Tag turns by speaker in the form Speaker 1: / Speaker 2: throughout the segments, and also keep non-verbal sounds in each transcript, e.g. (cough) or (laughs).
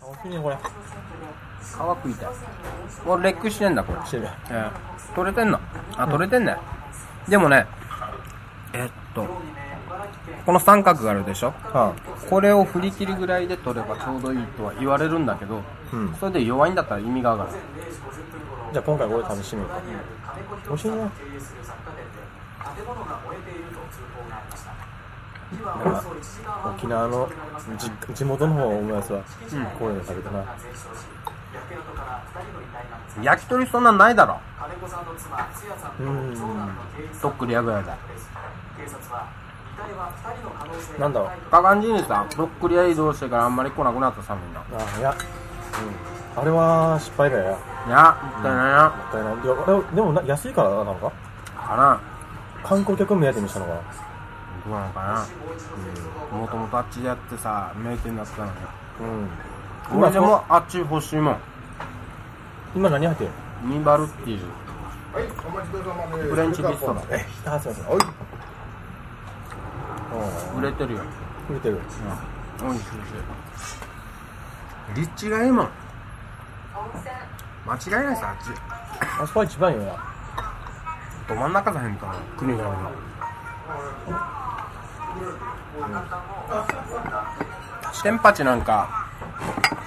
Speaker 1: 楽しいねこれ
Speaker 2: 皮食いたい俺レックしてんだこれ、
Speaker 1: してる
Speaker 2: えー取れてんのあ取れてんね、でもねえっとこの三角があるでしょ
Speaker 1: あ
Speaker 2: これを振り切るぐらいで取ればちょうどいいとは言われるんだけど、
Speaker 1: うん
Speaker 2: それで弱いんだったら意味が上がる
Speaker 1: じゃあ今回これ試してみようか美味しいねなんか沖縄のじ地元の方オムライスは、こういうの食べたな
Speaker 2: 焼き鳥そんなんないだろ
Speaker 1: うん
Speaker 2: とっくりやぐらいだ
Speaker 1: なんだろう
Speaker 2: バカンジーニさとっくりや移動してからあんまり来なくなったさみんな
Speaker 1: あいや、うん、あれは失敗だよ
Speaker 2: いやもったいないな
Speaker 1: だいないやあれでもな安いからなのか
Speaker 2: かな
Speaker 1: 観光客目当てにしたのかな
Speaker 2: どうなのかなもともとあっちでやってさ名店だったのに
Speaker 1: うん今
Speaker 2: 俺でもあっち欲しいもん
Speaker 1: 今何入ってる
Speaker 2: ミンバルっていう
Speaker 3: はい、お待ちどうさまです。
Speaker 2: フレンチビストロ
Speaker 1: えあすいません
Speaker 3: はい、
Speaker 2: 売れてるよ
Speaker 1: 売れてる
Speaker 2: 美味しい美味しい立地がいいもん間違いないさあっち
Speaker 1: あそこは一番いいよな
Speaker 2: ど真ん中らへんか国がのテンパチなんか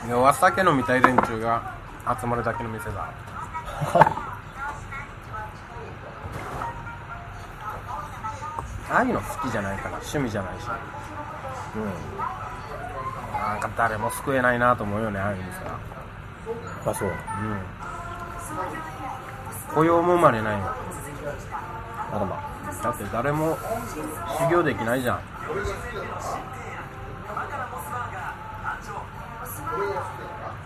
Speaker 2: 弱酒飲みたい連中が集まる (laughs) だけの店だああいうの好きじゃないから趣味じゃないし
Speaker 1: うん
Speaker 2: なんか誰も救えないなと思うよねああいう店は
Speaker 1: あそう
Speaker 2: 雇用も生まれないよ
Speaker 1: あらま
Speaker 2: だって誰も修行できないじゃん
Speaker 1: う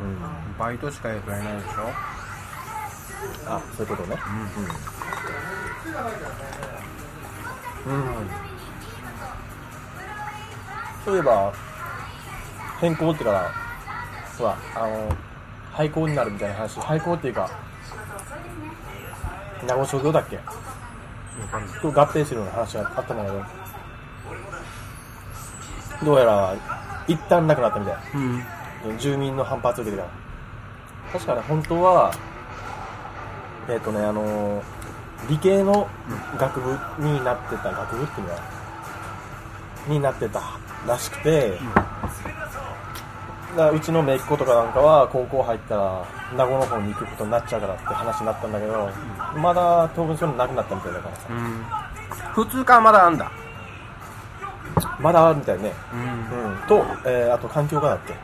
Speaker 1: ん
Speaker 2: バイトしかやってないでしょ
Speaker 1: あそういうことねうん、うんそういえば変更ってからほらあの廃校になるみたいな話廃校っていうか名護商業だっけと合併するような話があったんだけどどうやら一旦なくなったみたい
Speaker 2: うん
Speaker 1: 住民の反発を受けてから確かね本当はえっ、とねあのー理系の学部になってた学部っていうのはになってたらしくて、だからうちの姪っ子とかなんかは高校入ったら名護の方に行くことになっちゃうからって話になったんだけど、まだ当分そういうのなくなったみたいだからさ
Speaker 2: うん普通かまだあんだ
Speaker 1: まだあるみたいね、
Speaker 2: うん
Speaker 1: うん、と、えーあと環境科だっけ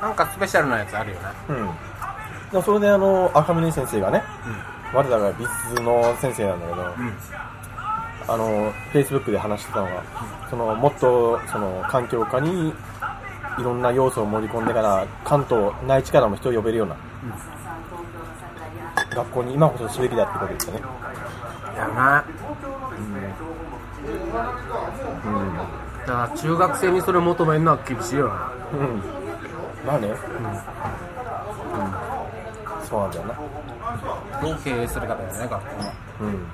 Speaker 2: なんかスペシャルなやつあるよね
Speaker 1: うん、でそれであの赤嶺先生がね、我らが美術の先生なんだけど、あのフェイスブックで話してたのが、そのもっとその環境下にいろんな要素を盛り込んでから関東内地からも人を呼べるような、学校に今こそすべきだってことですよね、
Speaker 2: やなだから中学生にそれ求めるのは厳しいよな
Speaker 1: うん、まあね、うんそうなんだよな、
Speaker 2: どう経営するかだよね学校
Speaker 1: うん、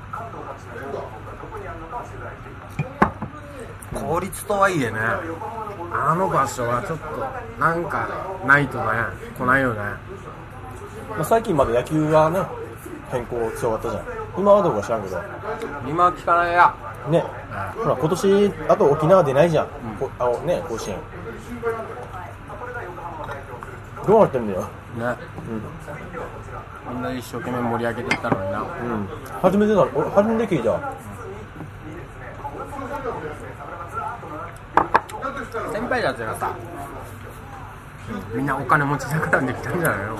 Speaker 2: 効率とはいえねあの場所はちょっとなんかないとね来ないよね
Speaker 1: まあ、最近まで野球がね変更強かったじゃん今はどうか知らんけど
Speaker 2: 今は聞かないや
Speaker 1: ね、ほら今年あと沖縄出ないじゃん、こあのね甲子園どうなってんだよ、
Speaker 2: ね、うん、あんな一生懸命盛り上げていったのにな
Speaker 1: うん、初めてだ俺初めて聞いた
Speaker 2: 先輩たちがさみんなお金持ちだからできたんじゃないの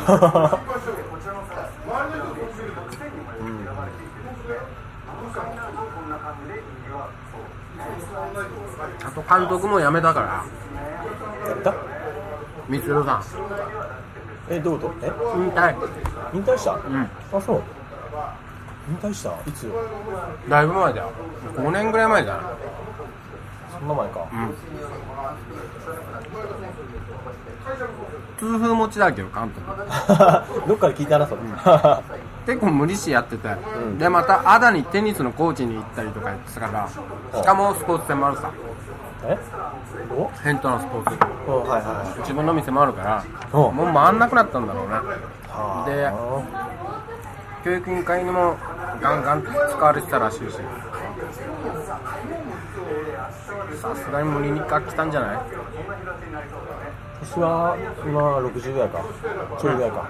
Speaker 2: あと監督も辞めたから
Speaker 1: (laughs) やった
Speaker 2: みつるさん
Speaker 1: えどういうことえ
Speaker 2: 引退
Speaker 1: 引退した、
Speaker 2: ん
Speaker 1: あそう引退したいつよ
Speaker 2: だいぶ前だよ5年ぐらい前だな
Speaker 1: そんな前か、
Speaker 2: 痛風持ちだけど監
Speaker 1: (laughs)
Speaker 2: 督
Speaker 1: どっかで聞いたなそれ、
Speaker 2: 結構無理してやってて、でまたアダにテニスのコーチに行ったりとかやってたからしかもスポーツ専もあるさ
Speaker 1: えお
Speaker 2: ヘンタースポーツ
Speaker 1: うんはいはいはい
Speaker 2: 自分の店もあるから
Speaker 1: お
Speaker 2: もう回んなくなったんだろうね
Speaker 1: はあ
Speaker 2: で教育委員会にもガンガン使われてたらしいしさすがに無理にか来たんじゃない
Speaker 1: 私は今60ぐらいかちょいぐらいか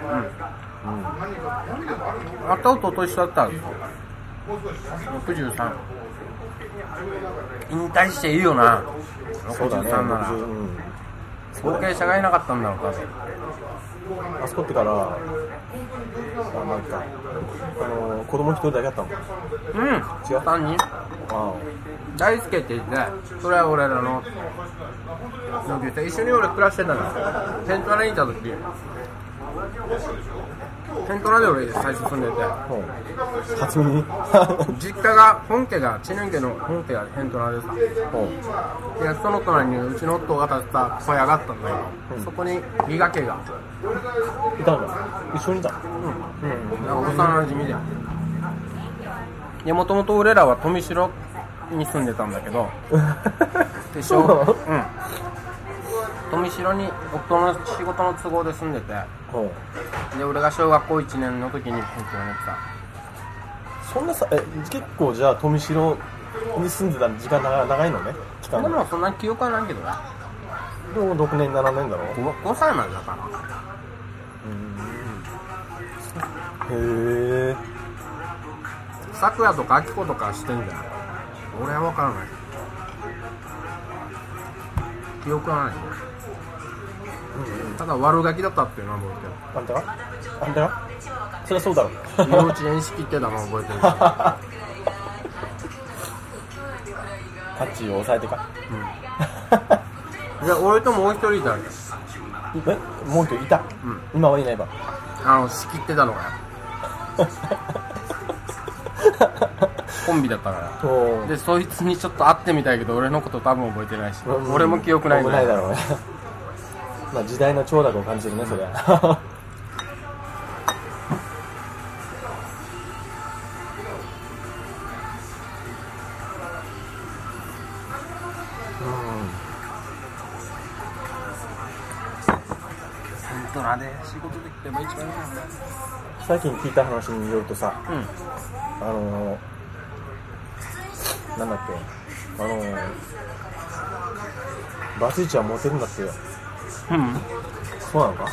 Speaker 2: あと弟一緒だったんですよ63引退していいよな
Speaker 1: そうだ
Speaker 2: 63
Speaker 1: ね
Speaker 2: なら
Speaker 1: 60うん
Speaker 2: 後継者がいなかったんだろう多分
Speaker 1: あそこってからあなんかあの子供一人だけだったの
Speaker 2: うん
Speaker 1: 違う
Speaker 2: 3人
Speaker 1: あ
Speaker 2: 大輔って言ってねそれは俺らの同級生一緒に俺暮らしてたんだよセントラにいた時セントラで俺最初住んでて
Speaker 1: あうん初耳 (laughs) うん
Speaker 2: 実家が本家が知念家の本家がセントラでさでその隣にうちの夫が建てた小屋があったんだよ、
Speaker 1: うん
Speaker 2: そこに伊賀家が
Speaker 1: いたんだ一緒にいたうんうん
Speaker 2: なんか幼馴染じゃんでもともと俺らは富城に住んでたんだけどでしょ
Speaker 1: (laughs) そうなの
Speaker 2: うん富城に夫の仕事の都合で住んでて
Speaker 1: うん
Speaker 2: で俺が小学校1年の時に東京に来た
Speaker 1: そんなさえ結構じゃあ富城に住んでた時間長長いのね期間
Speaker 2: で
Speaker 1: が
Speaker 2: もそんな記憶はないけどね
Speaker 1: でも6年7年だろ
Speaker 2: 5, 5歳までだから
Speaker 1: へえ
Speaker 2: さくらとかあきことかしてんじゃない俺は分からない記憶はないね、ただ悪ガキだったっていうのは覚えてる
Speaker 1: あんたがあんたがそりゃそうだろ
Speaker 2: 幼稚園式ってたの覚
Speaker 1: (laughs)
Speaker 2: えてるし
Speaker 1: タッチを抑えてか
Speaker 2: いや俺ともう一人いたん
Speaker 1: えもう一人いた、
Speaker 2: ん
Speaker 1: 今はいないば
Speaker 2: あの仕切ってたのがコンビだったか
Speaker 1: お
Speaker 2: ら
Speaker 1: う
Speaker 2: でそいつにちょっと会ってみたいけど俺のこと多分覚えてないし、
Speaker 1: うん
Speaker 2: 俺も記憶ないん
Speaker 1: 記憶な
Speaker 2: だ
Speaker 1: い
Speaker 2: よ
Speaker 1: だろうねまあ時代の長楽を感じるねそりゃ
Speaker 2: セントラで仕事できても一番いいな
Speaker 1: 最近聞いた話によるとさ
Speaker 2: うん
Speaker 1: あのー、なんだっけあのー、バツイチはモテるんだってよ
Speaker 2: うん
Speaker 1: そうなのか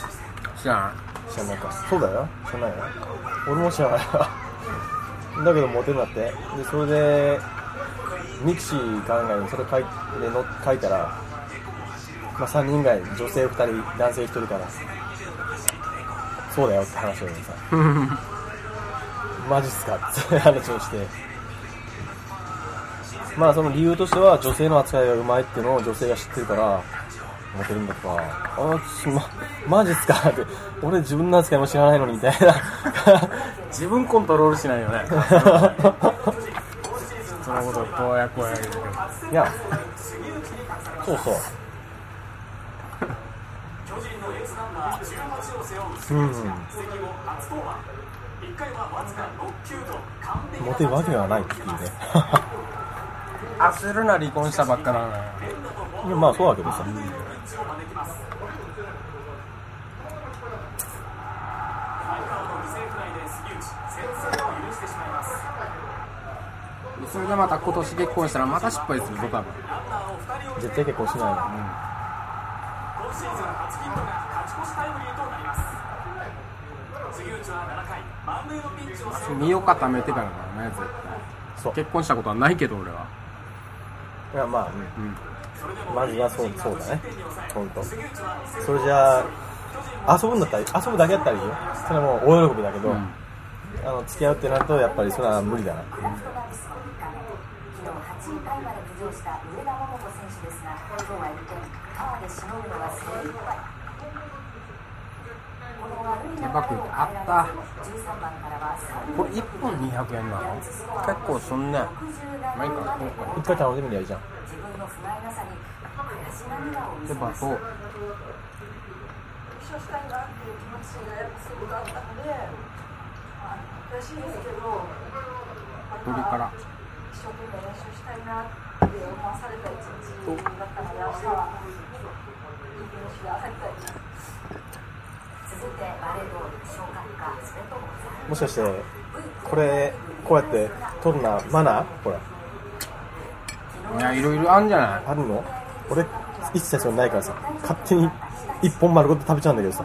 Speaker 2: 知らない
Speaker 1: 知らないかそうだよ知らないよ俺も知らないわだけどモテるんだってでそれでミクシーかなんかにそれ書いでの書いたら、まあ、3人以外女性2人男性1人からそうだよって話をしてさマジっすかっていう話をしてまあその理由としては女性の扱いがうまいっていうのを女性が知ってるからモテるんだとかあちまマジっすかって俺自分の扱いも知らないの (laughs) にみたいな
Speaker 2: 自分コントロールしな
Speaker 1: (laughs)
Speaker 2: いよねそのことこうやこうや言うけど
Speaker 1: いやそうそううん、モテるわけがないっていうね (laughs)
Speaker 2: 焦るな離婚したばっかなのよ
Speaker 1: いやまあそうだけどさ、
Speaker 2: それでまた今年結婚したらまた失敗するぞ多分
Speaker 1: 絶対結婚しないの
Speaker 2: 身を固めてからだよね絶
Speaker 1: そう
Speaker 2: 対結婚したことはないけど俺はい
Speaker 1: やまあ、うんまずはそうそうだね本当それじゃあ遊ぶんだったら遊ぶだけだったらいいよそれはもう大喜びだけど、あの付き合うってなるとやっぱりそれは無理だな
Speaker 4: 8位タイまで浮上した上田桃子選手ですが、今日は一転、川でしのぐのは精一杯。この悪い流れを変えられず13番からは3
Speaker 2: これ1本200円なの結構すんねまあいいか今回
Speaker 1: 一回頼んでみりゃいいじゃん
Speaker 4: 自分の不甲斐なさに悔し涙を見
Speaker 2: で
Speaker 4: せ
Speaker 2: バ
Speaker 4: ます。
Speaker 2: ト
Speaker 5: 優勝したいなっていう気持ちがやっぱすごくあったので、まあ、悔しいですけど、ま
Speaker 2: 鳥か
Speaker 5: た
Speaker 2: ら
Speaker 5: 一生懸命練習したいなって思わされた一日だったので、明日は、いい気持ちで朝来たいな。
Speaker 4: 続いてバレーボール消化かそれとも
Speaker 1: もしかしてこれこうやって取るなマナーこれ
Speaker 2: いやいろいろあるんじゃない
Speaker 1: あるの俺一切それないからさ勝手に一本丸ごと食べちゃうんだけどさ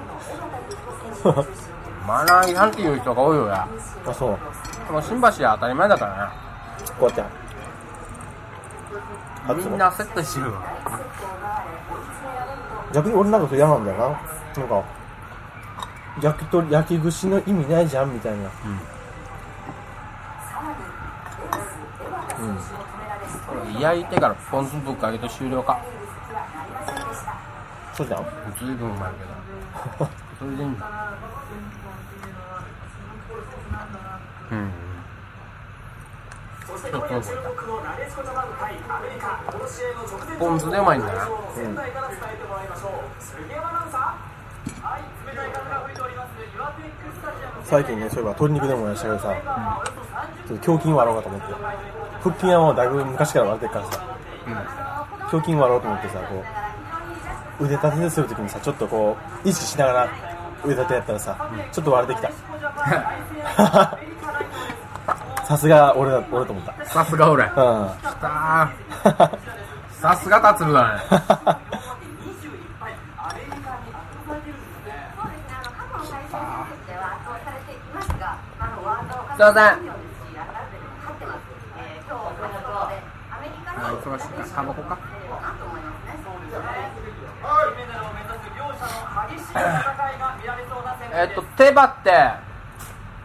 Speaker 1: (laughs)
Speaker 2: マナー違反っていう人が多いよや
Speaker 1: あそう
Speaker 2: でも新橋は当たり前だから
Speaker 1: こうやって
Speaker 2: ねみんな焦ったしてるわ
Speaker 1: 逆に俺なんかそれ嫌なんだよななんか焼き鳥焼き串の意味ないじゃんみたいな
Speaker 2: 焼いてからポン酢ぶっかけて終了か
Speaker 1: そうじゃん
Speaker 2: ずいぶんうまいけどそれでいいんだうんちょっと覚えたポン酢でうまいんだな (laughs)
Speaker 1: 最近ねそういえば鶏肉でもやしたけどさ、ちょっと胸筋割ろうかと思って腹筋はもうだいぶ昔から割れてるからさ、胸筋割ろうと思ってさこう腕立てでするときにさちょっとこう意識しながら腕立てやったらさ、ちょっと割れてきた (laughs) さすが俺だ俺と思った
Speaker 2: さすが俺き
Speaker 1: うん
Speaker 2: たーさすが達郎だねすいませんあ忙しいからタバコかえっと手羽って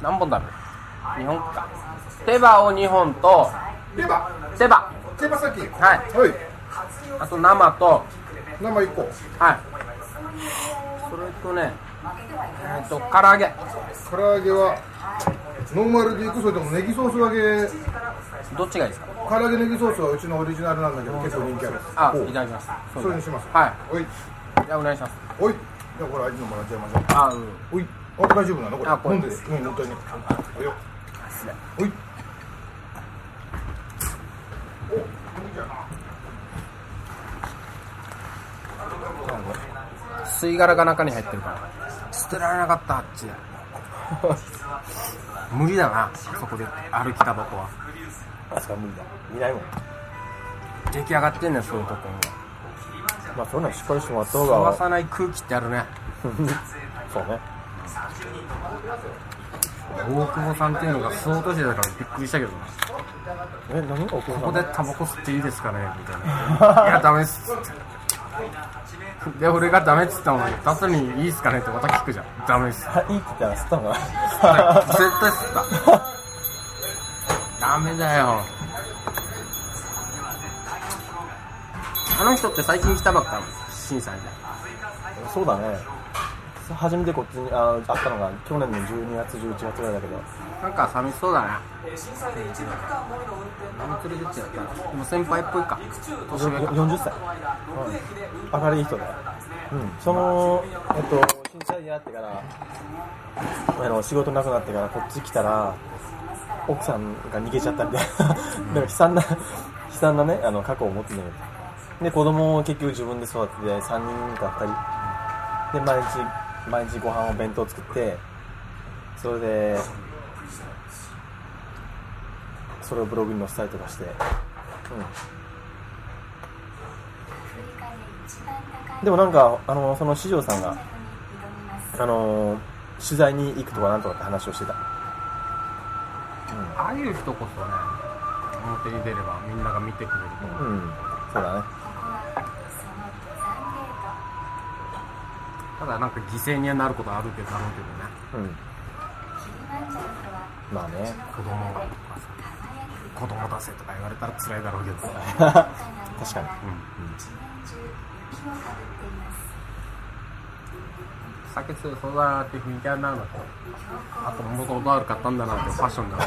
Speaker 2: 何本だろう2本か手羽を2本と
Speaker 3: 手羽
Speaker 2: 手羽
Speaker 3: 手羽先
Speaker 2: はい
Speaker 3: はい
Speaker 2: あと生と
Speaker 3: 生一個
Speaker 2: はいそれとねえっと唐揚げ
Speaker 3: 唐揚げはノーマルでいくそれともネギソース揚げ
Speaker 2: どっちがいいですか
Speaker 3: 唐揚げネギソースはうちのオリジナルなんだけど結構人気ある
Speaker 2: あ
Speaker 3: おう
Speaker 2: いただきます
Speaker 3: それにします
Speaker 2: はい
Speaker 3: おい
Speaker 2: じゃあお願いします
Speaker 3: おいじゃあこれ味のもらっちゃいましょう
Speaker 2: あうん
Speaker 3: おいあ大丈夫なのこれ
Speaker 2: あこれ
Speaker 3: 飲んでうん本当においよおいおいいいじゃな
Speaker 2: 吸い殻が中に入ってるから捨てられなかったあっちで (laughs) 無理だなあそこで歩きタバコは
Speaker 1: あそこは無理だ見ないもん
Speaker 2: 出来上がってんねんそういうとこ
Speaker 1: まあそんなんしっかりしてもらった
Speaker 2: も
Speaker 1: 方
Speaker 2: 飛ば
Speaker 1: が
Speaker 2: さない空気ってあるね
Speaker 1: そうね
Speaker 2: 大久保さんっていうのが相当してたからびっくりしたけどな
Speaker 1: え何お父さん
Speaker 2: ここでタバコ吸っていいですかねみたいな「いやダメっす」で俺がダメっつったのに「達にいいっすかね?」ってまた聞くじゃん「ダメっす」
Speaker 1: あいいって言ったら吸ったのか (laughs) な
Speaker 2: 絶対吸ったダメだよあの人って最近来たばっか審査で
Speaker 1: そうだね初めてこっちにあ会ったのが去年の12月11月ぐらいだけど
Speaker 2: なんか寂しそうだな何連れてってやったらもう先輩っぽいか年上か
Speaker 1: 40歳、うん、明るい人だよ、うん、そのえっと震災にあってからあの仕事なくなってからこっち来たら奥さんが逃げちゃったみたいなでも悲惨な悲惨なねあの過去を持ってんだけどで子供を結局自分で育てて3人か2人で毎日毎日ご飯を弁当作ってそれでそれをブログに載せたりとかしてでもなんか、あのその四条さんが、あの取材に行くとかなんとかって話をしてた。
Speaker 2: ああいう人こそね表に出ればみんなが見てくれると思う
Speaker 1: うん、そうだね。
Speaker 2: ただなんか犠牲にはなることあるけどだろうけどね
Speaker 1: うん。まあね。
Speaker 2: 子供がとかさ子供出せとか言われたら辛いだろうけどさ
Speaker 1: 確かに。
Speaker 2: 酒強そうだなっていう雰囲気あるななんてあともともと悪かったんだなっていうファッションだ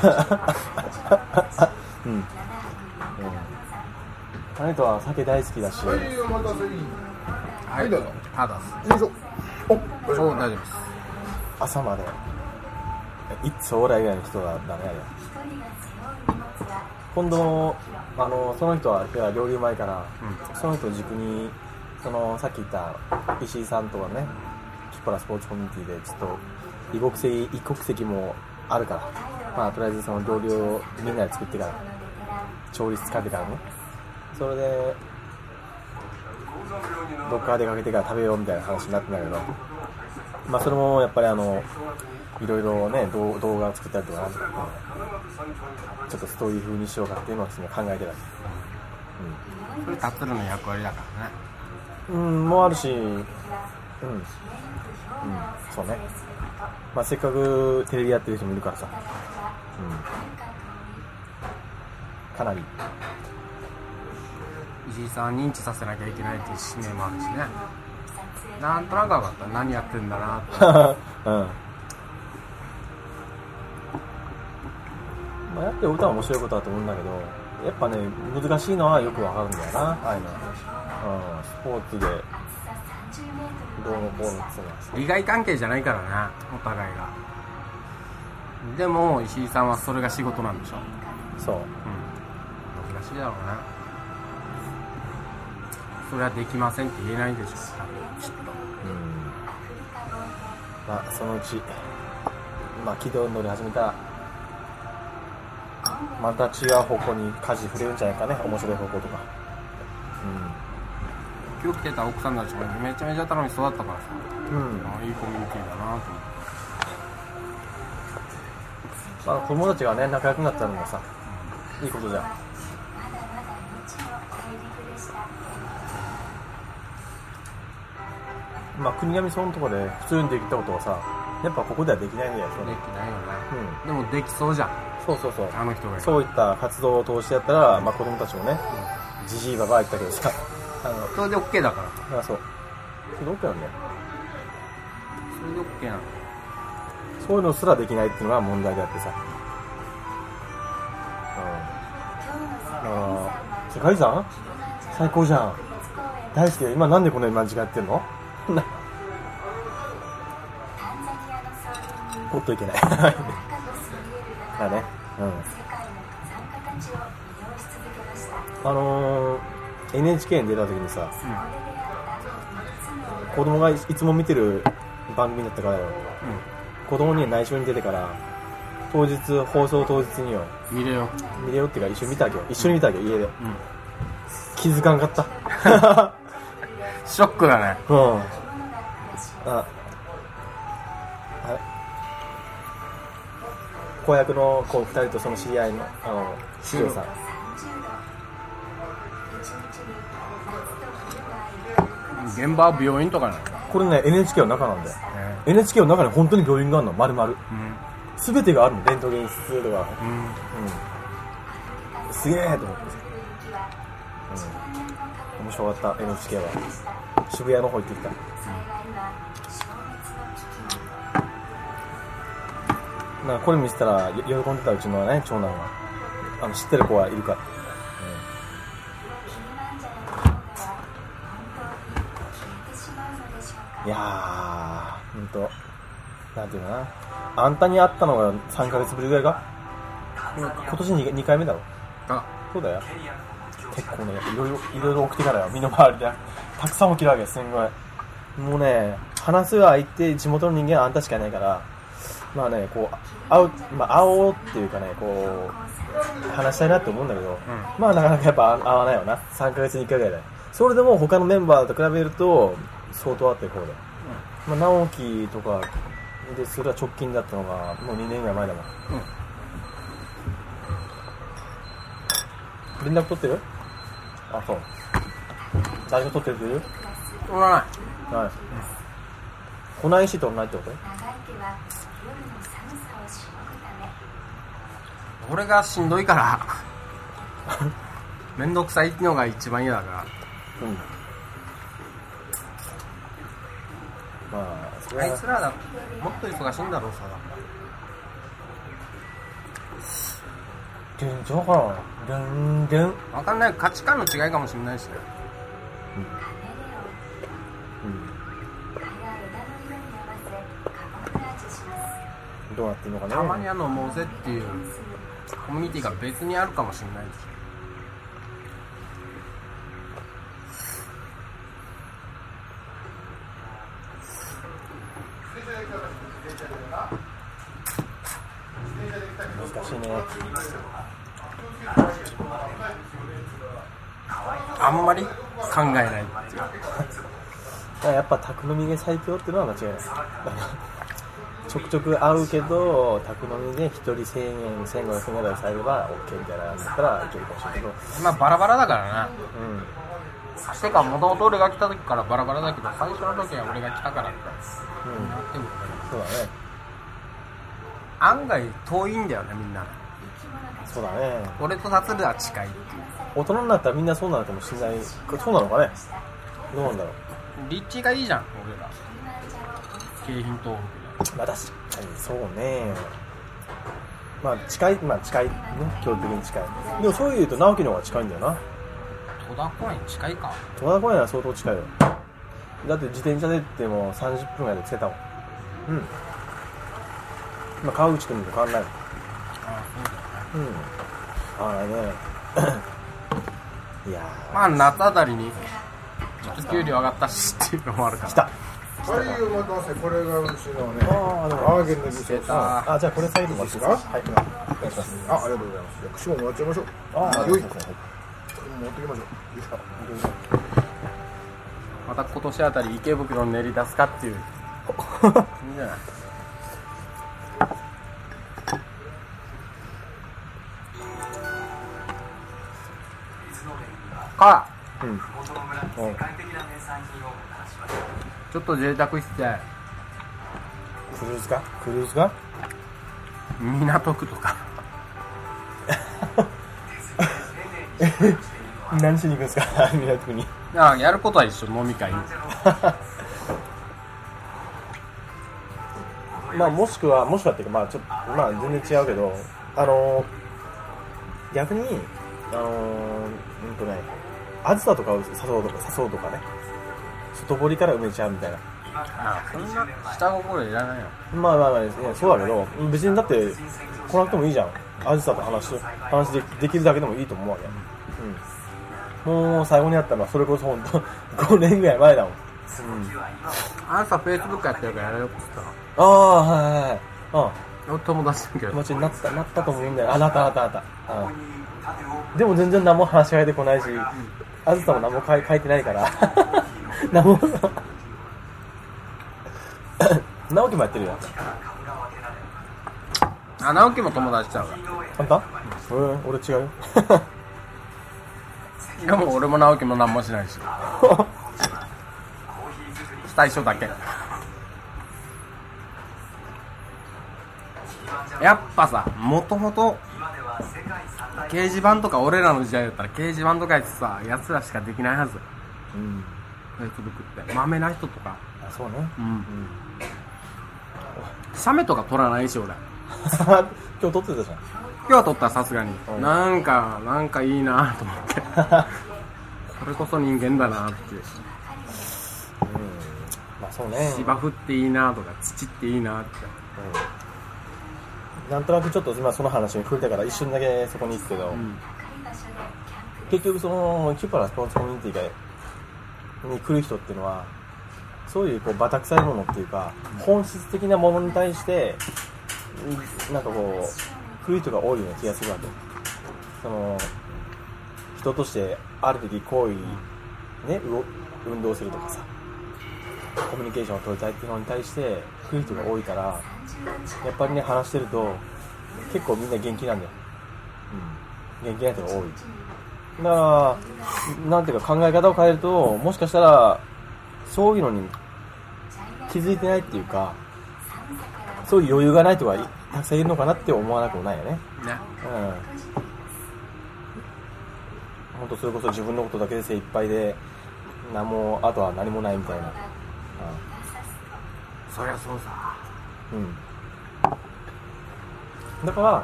Speaker 1: あの人は酒大好きだし、
Speaker 3: はいお待たせ
Speaker 2: なはい
Speaker 3: どうぞ
Speaker 2: ただ
Speaker 3: よいしょお
Speaker 2: そう大丈夫です
Speaker 1: 朝まで、いつ将来以外の人だだね、あれは。今度、あのその人は料理うまいから、その人を軸にそのさっき言った石井さんとかねキッパラスポーツコミュニティでちょっと異国籍異国籍もあるから、まあ、とりあえずその料理をみんなで作ってから調理室かけてからねそれでどっか出かけてから食べようみたいな話になってんだけど、まあ、それもやっぱりあのいろいろね動動画を作ったりとかちょっとストーリー風にしようかっていうのは考えてた
Speaker 2: それタットルの役割だからね
Speaker 1: うん、もあるし、うん、うん、そうね、まあ、せっかくテレビやってる人もいるからさ、うん、かなり、 (laughs)
Speaker 2: 石井さんを認知させなきゃいけないっていう使命もあるしねなんとなく分かった何やってんだなって
Speaker 1: うん、まあ、やってる歌は面白いことだと思うんだけど、やっぱね、難しいのはよくわかるんだよな、ああいうのは、うん、スポーツでどうのこうのっていうのはさ、
Speaker 2: 利害関係じゃないからねお互いがでも石井さんはそれが仕事なんでしょ
Speaker 1: そう、
Speaker 2: うん難しいだろうねそれはできませんって言えないんでしょ多分きっ
Speaker 1: うん、まあ、そのうち、まあ、軌道に乗り始めたら、また違う方向に舵振れるんじゃないかね、面白い方向とか。
Speaker 2: と今日来てた奥さんたちもめちゃめちゃ楽しそうだったからさ
Speaker 1: うん。うん。
Speaker 2: あいいコミュニティだなと思って
Speaker 1: まあ、子供たちがね、仲良くなったのもさ、いいことじゃん。まあ、国頭村のとこで普通にできたことはさ、やっぱここではできないんだよね。
Speaker 2: できないよね
Speaker 1: うん。
Speaker 2: でもできそうじゃん
Speaker 1: そうそうそう。
Speaker 2: あの人がいる
Speaker 1: そういった活動を通してやったら、まあ、子供たちもね、じじいばばあ言ったけどさ、あの、
Speaker 2: それで OK だから
Speaker 1: あそう。それ OK なんだよ。
Speaker 2: それで OK なの
Speaker 1: そういうのすらできないっていうのが問題であってさ。うん。あー世界遺産最高じゃん。大好きだよ。今なんでこんなに間違ってんの (laughs) なおっといけない。 (laughs) だね。うん。あのー、NHK に出た時にさ、子供がいつも見てる番組だったからよ、子供には内緒に出てから当日放送当日によ
Speaker 2: うん見れよ
Speaker 1: 見れよっていうか一緒に見たわけよ一緒に見たわけよ家で
Speaker 2: うん
Speaker 1: 気づかんかった
Speaker 2: (laughs) ショックだね
Speaker 1: うんああれ子役の子2人とその知り合いのあの資料さん
Speaker 2: 現場は病院とかなの
Speaker 1: これね NHK の中なんだよ NHK の中に本当に病院があるの丸々
Speaker 2: うん
Speaker 1: 全てがあるのレントゲン室とか
Speaker 2: うん
Speaker 1: うんすげえと思って、うん、面白かった NHK は渋谷の方行ってきたなんかこれ見せたらよ喜んでたうちのね長男はあの知ってる子はいるから、うん、いやーほんとなんていうのかなあんたに会ったのが3ヶ月ぶりぐらいか今年 2, 回目だろ
Speaker 2: あ
Speaker 1: そうだよ結構ねいろいろいろいろ起きてからよ身の回りでたくさん起きるわけすんごいもうね話す相手地元の人間はあんたしかいないからまあねこう会う、まあ、会おうっていうかねこう話したいなって思うんだけど、まあなかなかやっぱ会わないよな3ヶ月に1回ぐらいだよそれでも他のメンバーと比べると相当あってこうだよ、まあ、直樹とかでそれは直近だったのがもう2年ぐらい前だもん連絡取ってるあそう誰が取ってるって言う
Speaker 2: 取らない
Speaker 1: はいこないし取らないってこと
Speaker 2: 俺がしんどいから (laughs) めんどくさいってのが一番嫌だか
Speaker 1: うんまあそ
Speaker 2: ら
Speaker 1: れ
Speaker 2: あい
Speaker 1: は
Speaker 2: つらだもっと忙しいんだろうさ
Speaker 1: 全然わからん全然
Speaker 2: わかんない価値観の違いかもしれないしね
Speaker 1: どうなってんのかな
Speaker 2: たまにあのもうぜっていうコミュニティが別にあるかもしれないでしょ
Speaker 1: 難しいね
Speaker 2: あんまり考えないっていう
Speaker 1: だからやっぱ宅飲みで最強っていうのは間違い (laughs) ないちょくちょく会うけど宅飲みで1人1000円1500円ぐらいされれば OK みたいなのだったらいけるかもしれないけど
Speaker 2: まあバラバラだからな
Speaker 1: うん
Speaker 2: てかもともと俺が来た時からバラバラだけど最初の時は俺が来たからみたい
Speaker 1: うん
Speaker 2: なでも
Speaker 1: そうだね
Speaker 2: 案外遠いんだよねみんな
Speaker 1: そうだね
Speaker 2: 俺と達ルは近いっていう
Speaker 1: 大人になったらみんなそうなのかもしれないそうなのかねどうなんだろう
Speaker 2: 立地がいいじゃん俺ら京浜東
Speaker 1: まあ確かにそうねまあ近いまあ近いね距離的に近いでもそういう言うと直樹の方が近いんだよな
Speaker 2: 北戸田公園近いか
Speaker 1: 戸田公園は相当近いよだって自転車で行っても30分ぐらいで着けたもんうんまあ川口君と変わんない
Speaker 2: あそうだよね
Speaker 1: うんあれね (laughs) いやー
Speaker 2: まあ夏あたりにちょっと給料上がったしっていうのもあるから
Speaker 1: 来た
Speaker 3: はい、お待たせ。これがうちのね、
Speaker 1: あーでも
Speaker 3: アーゲンのギスです。あ、
Speaker 2: あ
Speaker 1: あじゃあこれサイドもらっていいですかはい
Speaker 3: ありがとうございます。じゃあ串ももらっちゃいましょう。
Speaker 1: ああ
Speaker 3: よい。持ってきましょう。よいしょ
Speaker 2: また今年あたり池袋に練り出すかっていういいんじゃないか
Speaker 1: うんうん
Speaker 2: ちょっと贅沢して
Speaker 1: クルーズかクルーズか
Speaker 2: 港区とか
Speaker 1: 何しに行くんですか (laughs) 港区に
Speaker 2: ああやることは一緒飲み会に
Speaker 1: まあもしくはもしくはっていうかまあちょっとまあ全然違うけどあのー逆にあのーうんとねあずさとかを誘うとか誘うとかね外堀から埋めちゃうみたいな
Speaker 2: ああそんな下心いらないよ
Speaker 1: まあまあまあ、いやそうだけど別にだって来なくてもいいじゃんあずさと話話でできるだけでもいいと思うわけ、うん、もう最後にあったのはそれこそ本当5年ぐらい前だもん
Speaker 2: あんさ Facebook やってるからやれよって言ったら
Speaker 1: ああはいはいはいうん
Speaker 2: 俺友達だけ
Speaker 1: 気
Speaker 2: ど
Speaker 1: 持ちになったなったと思うんだよあなったなったなった、うん、でも全然何も話し合いてこないし、あずさも何も書い書いてないから (laughs) 何も (coughs) 直樹もやってるよ
Speaker 2: あ直樹も友達ちゃうから
Speaker 1: あんたうん俺違 (laughs) うよ
Speaker 2: でも俺も直樹も何も
Speaker 1: (laughs)
Speaker 2: しないし最初だけやっぱさもともと掲示板とか俺らの時代だったら掲示板とかやってさやつらしかできないはず
Speaker 1: うん
Speaker 2: フェイスブックってマメな人とか
Speaker 1: あそうね
Speaker 2: うん、写メとか撮らないし俺
Speaker 1: (laughs) 今日撮ってたじゃん
Speaker 2: 今日は撮ったさすがに、
Speaker 1: うん
Speaker 2: なんかなんかいいなと
Speaker 1: (laughs)
Speaker 2: 思ってこれこそ人間だなっていう
Speaker 1: まあそうね、
Speaker 2: 芝生っていいなとか土っていいなって
Speaker 1: うんなんとなくちょっと今その話に触れたから一瞬だけそこに行くけど、
Speaker 2: ん
Speaker 1: 結局そのキューパラスポーツコミュニティがに来る人っていうのはそういうこうバタ臭いものっていうか本質的なものに対してうんなんかこう来る人が多いような気がするわけその人としてあるべき行為ねうお運動するとかさコミュニケーションを取りたいっていうのに対して来る人が多いからやっぱりね話してると結構みんな元気なんだよ、うん、元気な人が多いだからなんていうか考え方を変えるともしかしたらそういうのに気づいてないっていうかそういう余裕がない人がいたくさんいるのかなって思わなくもないよね
Speaker 2: ね
Speaker 1: うん本当それこそ自分のことだけで精一杯で何もあとは何もないみたいな、
Speaker 2: そりゃそうさ
Speaker 1: うん、だから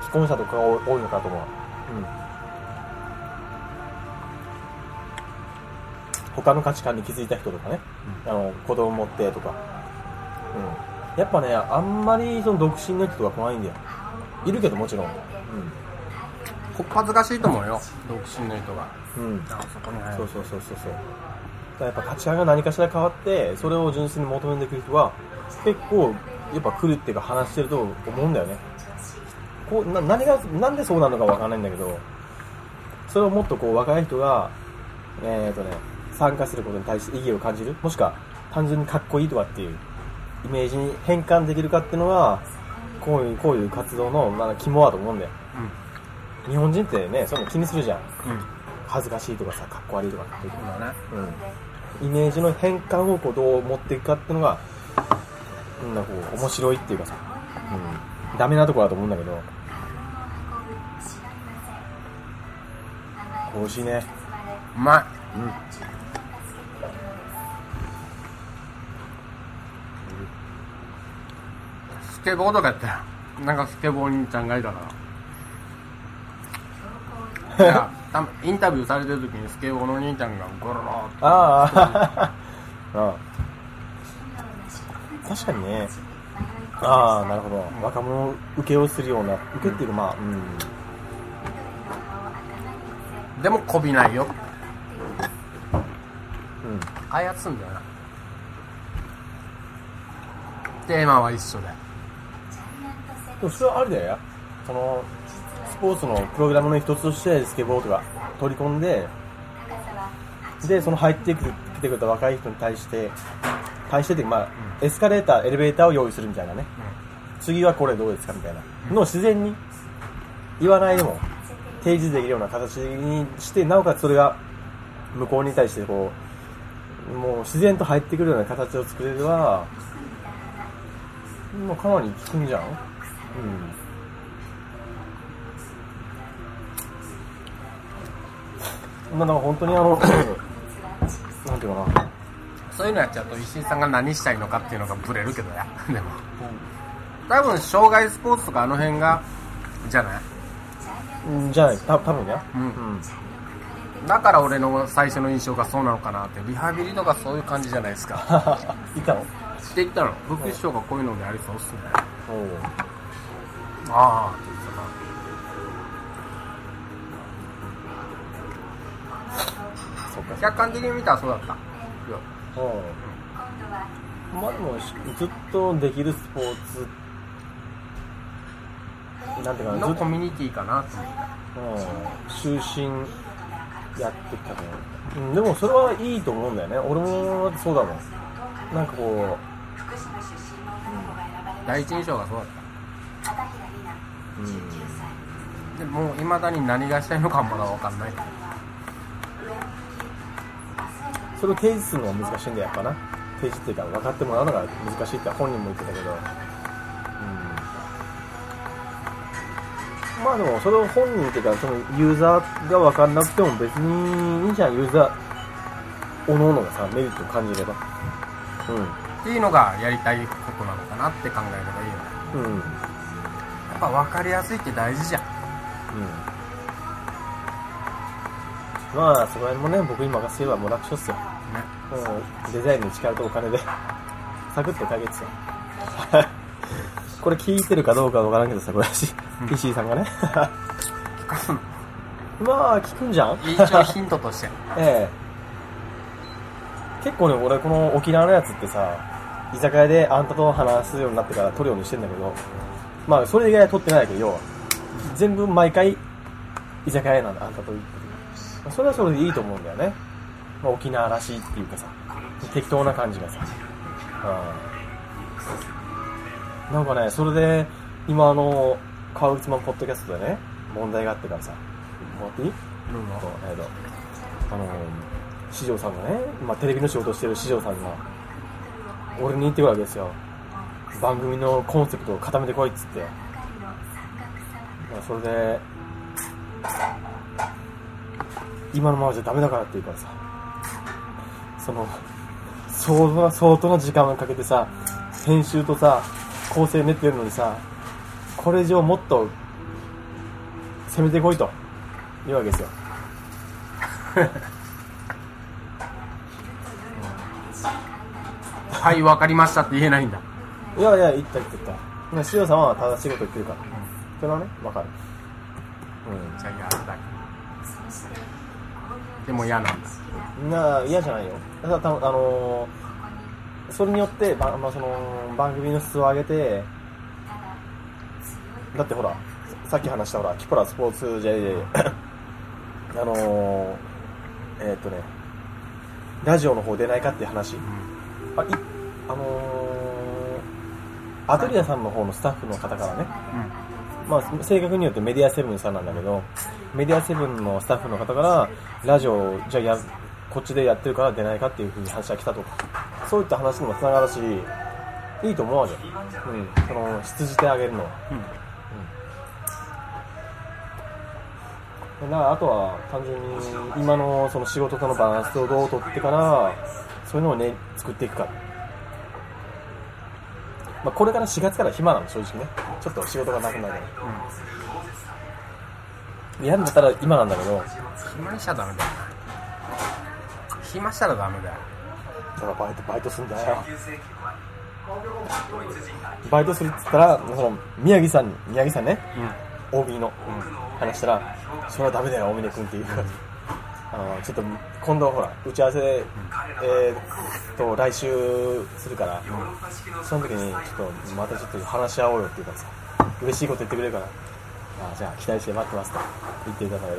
Speaker 1: 既婚者とかが多い多いのかと思う、うん、他の価値観に気づいた人とかね、あの子供持ってとか、うん、やっぱねあんまりその独身の人とか来ないんだよいるけどもちろん、
Speaker 2: こっぱずかしいと思うよ独身の人が
Speaker 1: うんうん、
Speaker 2: あそこに
Speaker 1: そうそうそうそうそうだからやっぱ価値観が何かしら変わってそれを純粋に求めてくる人は結構やっぱ来るっていうか話してると思うんだよねこうな何がなんでそうなのかわかんないんだけどそれをもっとこう若い人が、えーとね、参加することに対して意義を感じるもしくは単純にかっこいいとかっていうイメージに変換できるかっていうのがこういうこういう活動のなんか肝だと思うんだよ日本人ってねそういうの気にするじゃん
Speaker 2: うんうん
Speaker 1: 恥ずかしいとかさかっこ悪いとかっていう
Speaker 2: そうだね
Speaker 1: うん、イメージの変換をこうどう持っていくかっていうのが、うん、なんかこう面白いっていうかさ、うん、ダメなとこだと思うんだけど、美味しいね。
Speaker 2: うまいスケボーとかやったよなんかスケボー兄ちゃんがいた (laughs) からいや多分インタビューされてる時にスケボーの兄ちゃんがゴロローって
Speaker 1: ああ、ああ確かにね、ああ、なるほど、若者受けをするような、受けっていうか、まあ、うん、
Speaker 2: でもこびないよ
Speaker 1: うん、
Speaker 2: 開発すんだよなテーマは一緒で
Speaker 1: でもそれはあれだよそのスポーツのプログラムの一つとしてスケボーとか取り込んででその入ってくる来てくれた若い人に対して対してっていうかまあ、エスカレーターエレベーターを用意するみたいなね、次はこれどうですかみたいなのを自然に言わないでも提示できるような形にしてなおかつそれが向こうに対してこうもう自然と入ってくるような形を作れればもうかなり効くんじゃんうんまあ、だから本当にあ (laughs) の、なんていうかな、
Speaker 2: そういうのやっちゃうと石井さんが何したいのかっていうのがブレるけどや (laughs) でも多分障害スポーツとかあの辺がじゃない
Speaker 1: うんじゃない、た多分ね、
Speaker 2: うん
Speaker 1: うん、 (laughs)
Speaker 2: だから俺の最初の印象がそうなのかなってリハビリとかそういう感じじゃないですか
Speaker 1: いたの
Speaker 2: って言ったの福井師匠がこういうのでありそうっすね
Speaker 1: おう
Speaker 2: ああって言ってたな
Speaker 1: そっか、
Speaker 2: 客観的に見たらそうだったいや
Speaker 1: おうまあでも、しずっとできるスポーツ、なんていうかな、ず
Speaker 2: の
Speaker 1: っと、
Speaker 2: コ
Speaker 1: うん
Speaker 2: ミュニティかなと思った、
Speaker 1: 終身やってきたと思う、うん、でもそれはいいと思うんだよね、俺もそうだもん、なんかこ
Speaker 2: 第一印象がそうだっ
Speaker 1: う、うん、
Speaker 2: たでもいまだに何がしたいのかまだ分かんない
Speaker 1: それを提示するのが難しいんだよやっぱな提示っていうか分かってもらうのが難しいって本人も言ってたけど、うん、まあでもそれを本人っていうかそのユーザーが分かんなくても別にいいじゃんユーザーおのおのがさメリットを感じれば
Speaker 2: っていうのがやりたいことなのかなって考えれ
Speaker 1: うんう
Speaker 2: ばいいよね
Speaker 1: んうん
Speaker 2: やっぱ分かりやすいって大事じゃん
Speaker 1: まあそこら辺もね僕に任せればもう楽勝っすよ
Speaker 2: ね
Speaker 1: もうデザインの力とお金でサクッと解決よ (laughs) これ聞いてるかどうかわからんけどさこれし石井さんがね
Speaker 2: 聞かすの
Speaker 1: まあ聞くんじゃん
Speaker 2: 一応ヒントとして
Speaker 1: ええ結構ね俺この沖縄のやつってさ居酒屋であんたと話すようになってから撮るようにしてんだけどまあそれ以外は撮ってないけど要は全部毎回居酒屋なんだあんたと行ってまあそれはそれでいいと思うんだよね、まあ、沖縄らしいっていうかさ適当な感じがさ、うん、なんかねそれで今あの川内マンポッドキャストでね問題があってからさもらっていいあとえーとあの四条さんがね、まあ、テレビの仕事をしてる四条さんが俺に言ってくるわけですよ番組のコンセプトを固めてこいっつってまあそれで今のままじゃダメだからって言うからさその相当な相当な時間をかけてさ編集とさ構成練ってるのにさこれ以上もっと攻めてこいというわけですよ
Speaker 2: はい分かりましたって言えないんだ
Speaker 1: いやいや、行った行った行った。ね、シオさんはただ仕事行ってるから。それはね、わかる。
Speaker 2: じゃあやりたいでも嫌なんだ
Speaker 1: うん。なあ、嫌じゃないよ。ただ、たあのーそれによって、ばまあ、その番組の質を上げてだってほらさっき話したほらキプラスポーツ J (coughs) あのーえーっとねラジオの方出ないかっていう話、あいあのーアトリアさんの方のスタッフの方からね、まあ、正確に言うとメディアセブンさんなんだけど、メディアセブンのスタッフの方から、ラジオ、じゃあや、こっちでやってるから出ないかっていうふうに話が来たとか、そういった話にもつながるし、いいと思うわけ。うん。その、羊であげるのは。
Speaker 2: うん
Speaker 1: だからあとは単純に今のその仕事とのバランスをどう取ってからそういうのをね作っていくか、まあ、これから4月から暇なの正直ねちょっと仕事がなくなるから、やるんだったら今なんだけど
Speaker 2: 暇にしちゃダメだよ暇したらダメだよ
Speaker 1: ほらバイトバイトするんだよバイトするっつったらその宮城さんに宮城さんね、OB の、話したらそれはダメだよ大峰君っていう、あのちょっと今度ほら打ち合わせ、えーっと来週するから、その時にちょっとまたちょっと話し合おうよって言うからさ嬉しいこと言ってくれるからあじゃあ期待して待ってますと言っていたんだけ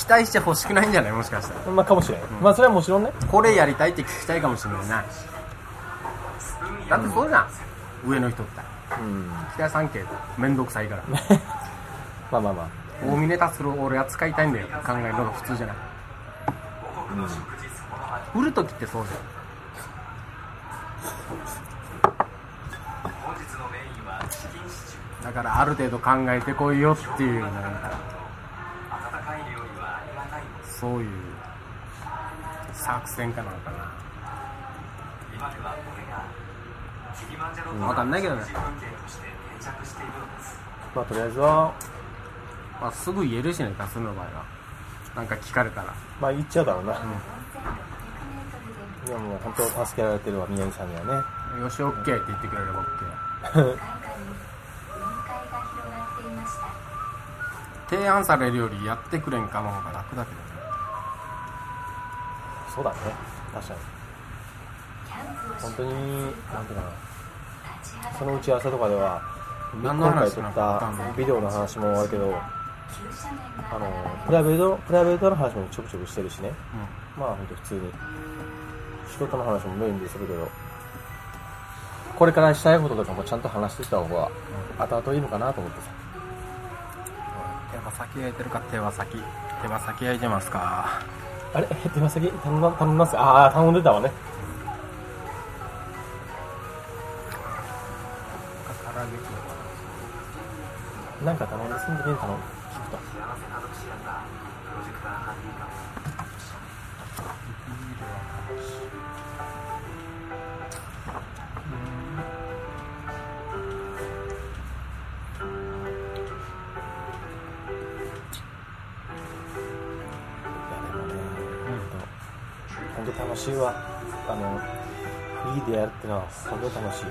Speaker 2: 期待して欲しくないんじゃないもしかしたら
Speaker 1: どまあかもしれん、まあそれはもちろんね
Speaker 2: これやりたいって聞きたいかもしれないなだってそうじゃん上の人って
Speaker 1: うん
Speaker 2: 北三景めんどくさいから
Speaker 1: まあまあまあ
Speaker 2: 大峰達郎を俺は使いたいんだよ考えるのが普通じゃない、売る時ってそうじゃんだからある程度考えてこいよっていうなんかそういう作戦かなんかな分かんないけどね、
Speaker 1: まあとりあえずは
Speaker 2: まあ、すぐ言えるしね多数の場合はなんか聞かれたら
Speaker 1: まあ言っちゃうだろうな、いやもう本当助けられてるわ宮城さんにはね
Speaker 2: よし、オッケーって言ってくれればオッケー。提案されるよりやってくれんかの方が楽だけどね。
Speaker 1: そうだね確かに本当になんていうかなその打ち合わせとかでは
Speaker 2: 何の
Speaker 1: 今回
Speaker 2: 話
Speaker 1: 撮
Speaker 2: な
Speaker 1: っ
Speaker 2: かった
Speaker 1: た
Speaker 2: の
Speaker 1: ビデオの話もあるけどあのプライベートプライベートの話もちょくちょくしてるしねまあ本当普通に仕事の話もメインでするけどこれからしたいこととかもちゃんと話してた方が後々いいのかなと思ってさ
Speaker 2: 手羽先焼いてるか、手羽先。手羽先焼いてますか。
Speaker 1: あれ手羽先頼んだ頼んだっすああ頼んでたわね
Speaker 2: 唐揚げ食
Speaker 1: なんか頼んでその時に頼む聞くといやでもね、本当、本当楽しいわ。あの、いい出会いってのは本当楽しい。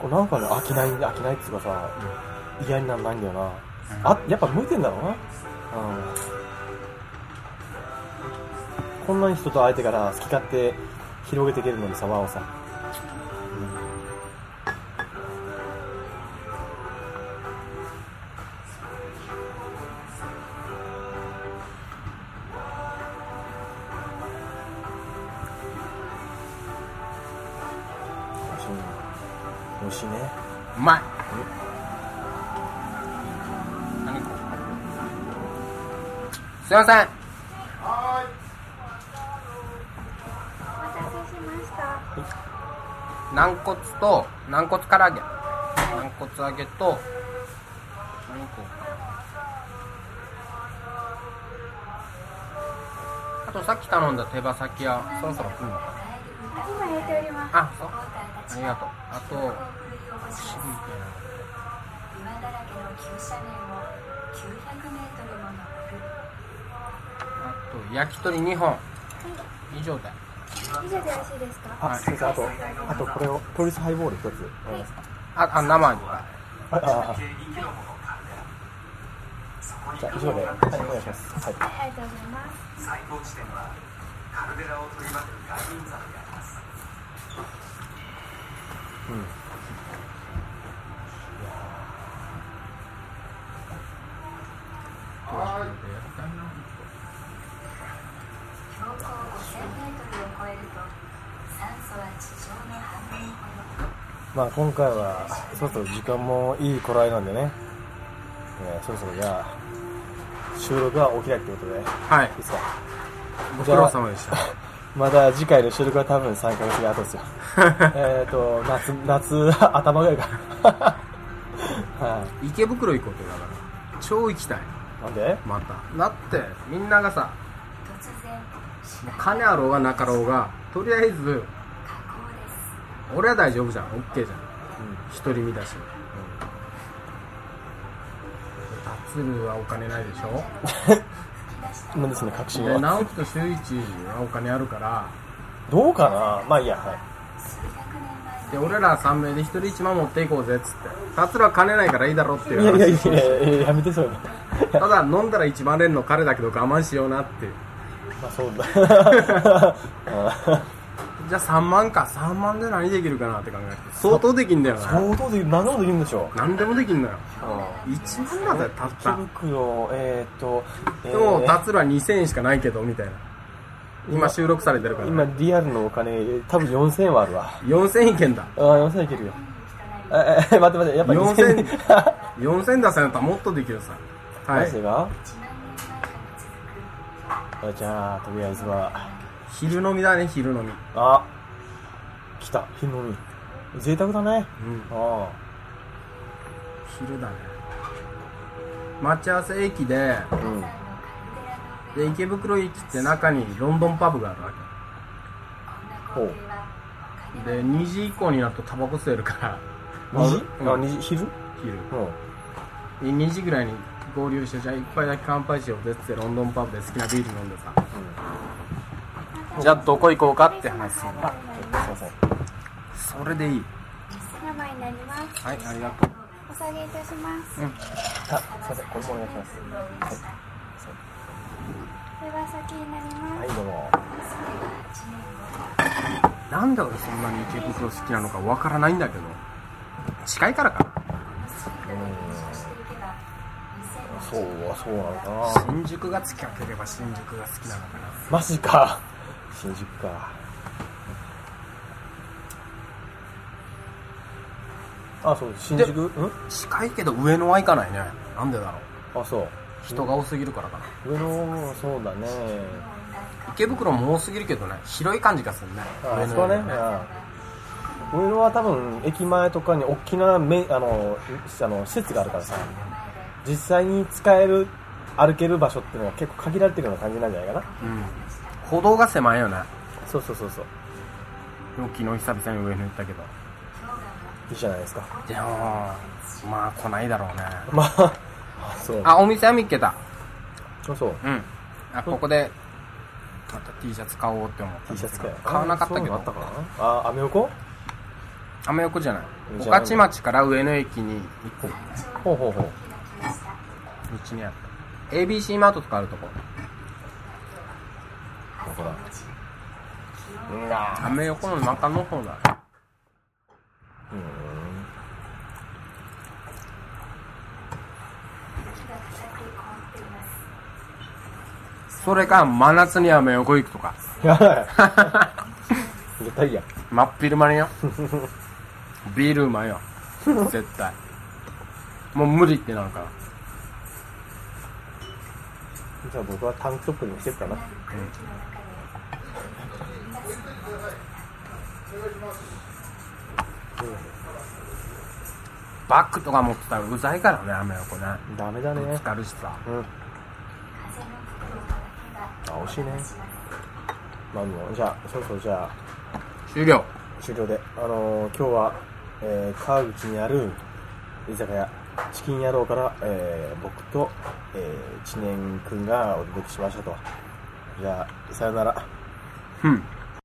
Speaker 1: こうなんかね、飽きない、飽きないっていうかさ、嫌にならないんだよな。あ、やっぱ向いてんだろうな。うん。こんなに人と会えてから好き勝手広げていけるのにさ、輪をさ。楽しいね。美味しいね。
Speaker 2: うまい何これすいません
Speaker 6: お待たせしました。
Speaker 2: 軟骨と、軟骨唐揚げ。軟骨揚げと、何こうあとさっき頼んだ手羽先はそろそろ来るのかな
Speaker 6: 今焼いております。
Speaker 2: あ、そう。ありがとう。あと、渋い系なんだ
Speaker 4: 岩だらけの急斜面を900メートルも登る
Speaker 2: あと、焼き鳥2本。以上だよ。
Speaker 6: 以上でよろしいですか。
Speaker 1: あ、すいません、あと、あとこれを、ポリスハイボール一つ。うん
Speaker 2: あ、あ生には。
Speaker 1: ああじゃあ以上で、はい、お願いします。はい。
Speaker 6: はい、ありがとうございます。
Speaker 5: こ
Speaker 4: 標高5000メートルを超
Speaker 3: はーい
Speaker 4: えると酸素は地上の半分ほど
Speaker 1: まあ今回はそろそろ時間もいい頃合いなんでね、えーそろそろじゃあ収録はお開きということでいい
Speaker 2: はい
Speaker 1: ですか
Speaker 2: ご苦労様でした
Speaker 1: まだ次回の収録は多分3ヶ月後 (laughs) ですよえっと夏夏頭ぐらいか (laughs) なは
Speaker 2: 池袋行こうってだから超行きたい
Speaker 1: いなんで
Speaker 2: まただってみんながさ
Speaker 4: 突然
Speaker 2: 金あろうがなかろうがとりあえず
Speaker 4: 火口です
Speaker 2: 俺は大丈夫じゃん OK じゃん一人身だし、タツルはお金ないでしょ
Speaker 1: うんなんですね確信
Speaker 2: で
Speaker 1: は
Speaker 2: 直樹と周一はお金あるから
Speaker 1: どうかなまあいいやはい
Speaker 2: で俺ら3名で一人1万持っていこうぜっつってタツルは金ないからいいだろってい
Speaker 1: いうやいやい
Speaker 2: 話
Speaker 1: やいややめてそうよ
Speaker 2: ただ飲んだら一番連の彼だけど我慢しようなっていう
Speaker 1: まあそう (laughs) だあ
Speaker 2: じゃあ3万か3万で何できるかなって考えて相当できんだよな
Speaker 1: 相当で何でもできるんでしょ
Speaker 2: 何でもできんのよ
Speaker 1: うん
Speaker 2: 1万だぜたっ
Speaker 1: 池
Speaker 2: た
Speaker 1: 袋えーっと、え
Speaker 2: でも
Speaker 1: ー
Speaker 2: タツルは2000円しかないけどみたいな今収録されてるから、
Speaker 1: 今リアルのお金多分4000円はあるわ
Speaker 2: 4000円いけんだ
Speaker 1: あ4000円いけるよええ待って待ってやっぱ
Speaker 2: 4000
Speaker 1: 2000
Speaker 2: 4000出せんやったらもっとできるさは
Speaker 1: マ
Speaker 2: い
Speaker 1: ジでかあじゃあとりあえずは
Speaker 2: 昼飲みだね昼飲み
Speaker 1: あ来た昼飲み贅沢だね
Speaker 2: うん
Speaker 1: あ
Speaker 2: 昼だね待ち合わせ駅で
Speaker 1: あうん
Speaker 2: で池袋駅って中にロンドンパブがあるわ
Speaker 1: ほう
Speaker 2: けで2時以降になるとタバコ吸えるから
Speaker 1: 2時
Speaker 2: うん
Speaker 1: あ2時昼
Speaker 2: 昼で
Speaker 1: うん
Speaker 2: 2時ぐらいに合流してじゃあ一杯だけ乾杯しようぜっつってロンドンパブで好きなビール飲んでさ、じゃあどこ行こうかって話する
Speaker 6: 様になりま
Speaker 1: い
Speaker 6: す
Speaker 1: ません
Speaker 2: それでいい
Speaker 6: お世話になります
Speaker 2: はいありがとう
Speaker 6: お下げいたします
Speaker 1: あすいませんこれもお願いします
Speaker 6: これが先になりま
Speaker 1: は
Speaker 6: す
Speaker 1: いどうも
Speaker 2: なんで俺そんなに池袋好きなのかわからないんだけど近いからかな
Speaker 1: そうはそうなのかな
Speaker 2: 新宿が近ければ新宿が好きなのかな
Speaker 1: マジか新宿かあそう新宿
Speaker 2: で
Speaker 1: うん
Speaker 2: 近いけど上野は行かないねなんでだろう
Speaker 1: あそう
Speaker 2: 人が多すぎるからかな
Speaker 1: 上野そうだね
Speaker 2: 池袋も多すぎるけどね広い感じがするね
Speaker 1: あ
Speaker 2: 上
Speaker 1: そ
Speaker 2: 野
Speaker 1: こ
Speaker 2: よ
Speaker 1: ね
Speaker 2: りね
Speaker 1: うん上野は多分駅前とかに大きなめあのあの施設があるからさ実際に使える歩ける場所っていうのは結構限られてるような感じなんじゃないかな
Speaker 2: うん歩道が狭いよね
Speaker 1: そうそうそうそう
Speaker 2: でも昨日久々に上野行ったけど
Speaker 1: いいじゃないですか (laughs)
Speaker 2: でもまあ来ないだろうね
Speaker 1: まああそう
Speaker 2: あお店は見っけた
Speaker 1: そうそう
Speaker 2: うんあここでまた T シャツ買おうって思った
Speaker 1: T シャツかよ
Speaker 2: 買わなかったけ
Speaker 1: あそうい
Speaker 2: ど
Speaker 1: うのあったかなあアメ横
Speaker 2: アメ横じゃない
Speaker 1: うん
Speaker 2: 御徒町から上野駅に行く
Speaker 1: ほうほうほう
Speaker 2: 道にあった ABC マートとかあるとこ
Speaker 1: どこだうんあ
Speaker 2: アメ横の中の方だ
Speaker 1: うん
Speaker 2: それか真夏にアメ横行くとか
Speaker 1: やばい絶 (laughs) 対いいや
Speaker 2: 真っ昼間によビールうまいよ絶対もう無理ってなるから
Speaker 1: じゃあ僕はタンクトップにもしてるかな。
Speaker 2: バッグとか持ってたらうざいからねアメ横ね
Speaker 1: ダメだね。
Speaker 2: 疲るしさ
Speaker 1: うん。あ、惜しいね。まあでも、じゃあ、そろそろじゃ
Speaker 2: 終了
Speaker 1: あ、終了で。あのー、今日は、えー、川口にある居酒屋、チキン野郎から、えー、僕と、えー、知念くんがお届けしましたと。じゃあ、さよなら。
Speaker 2: うん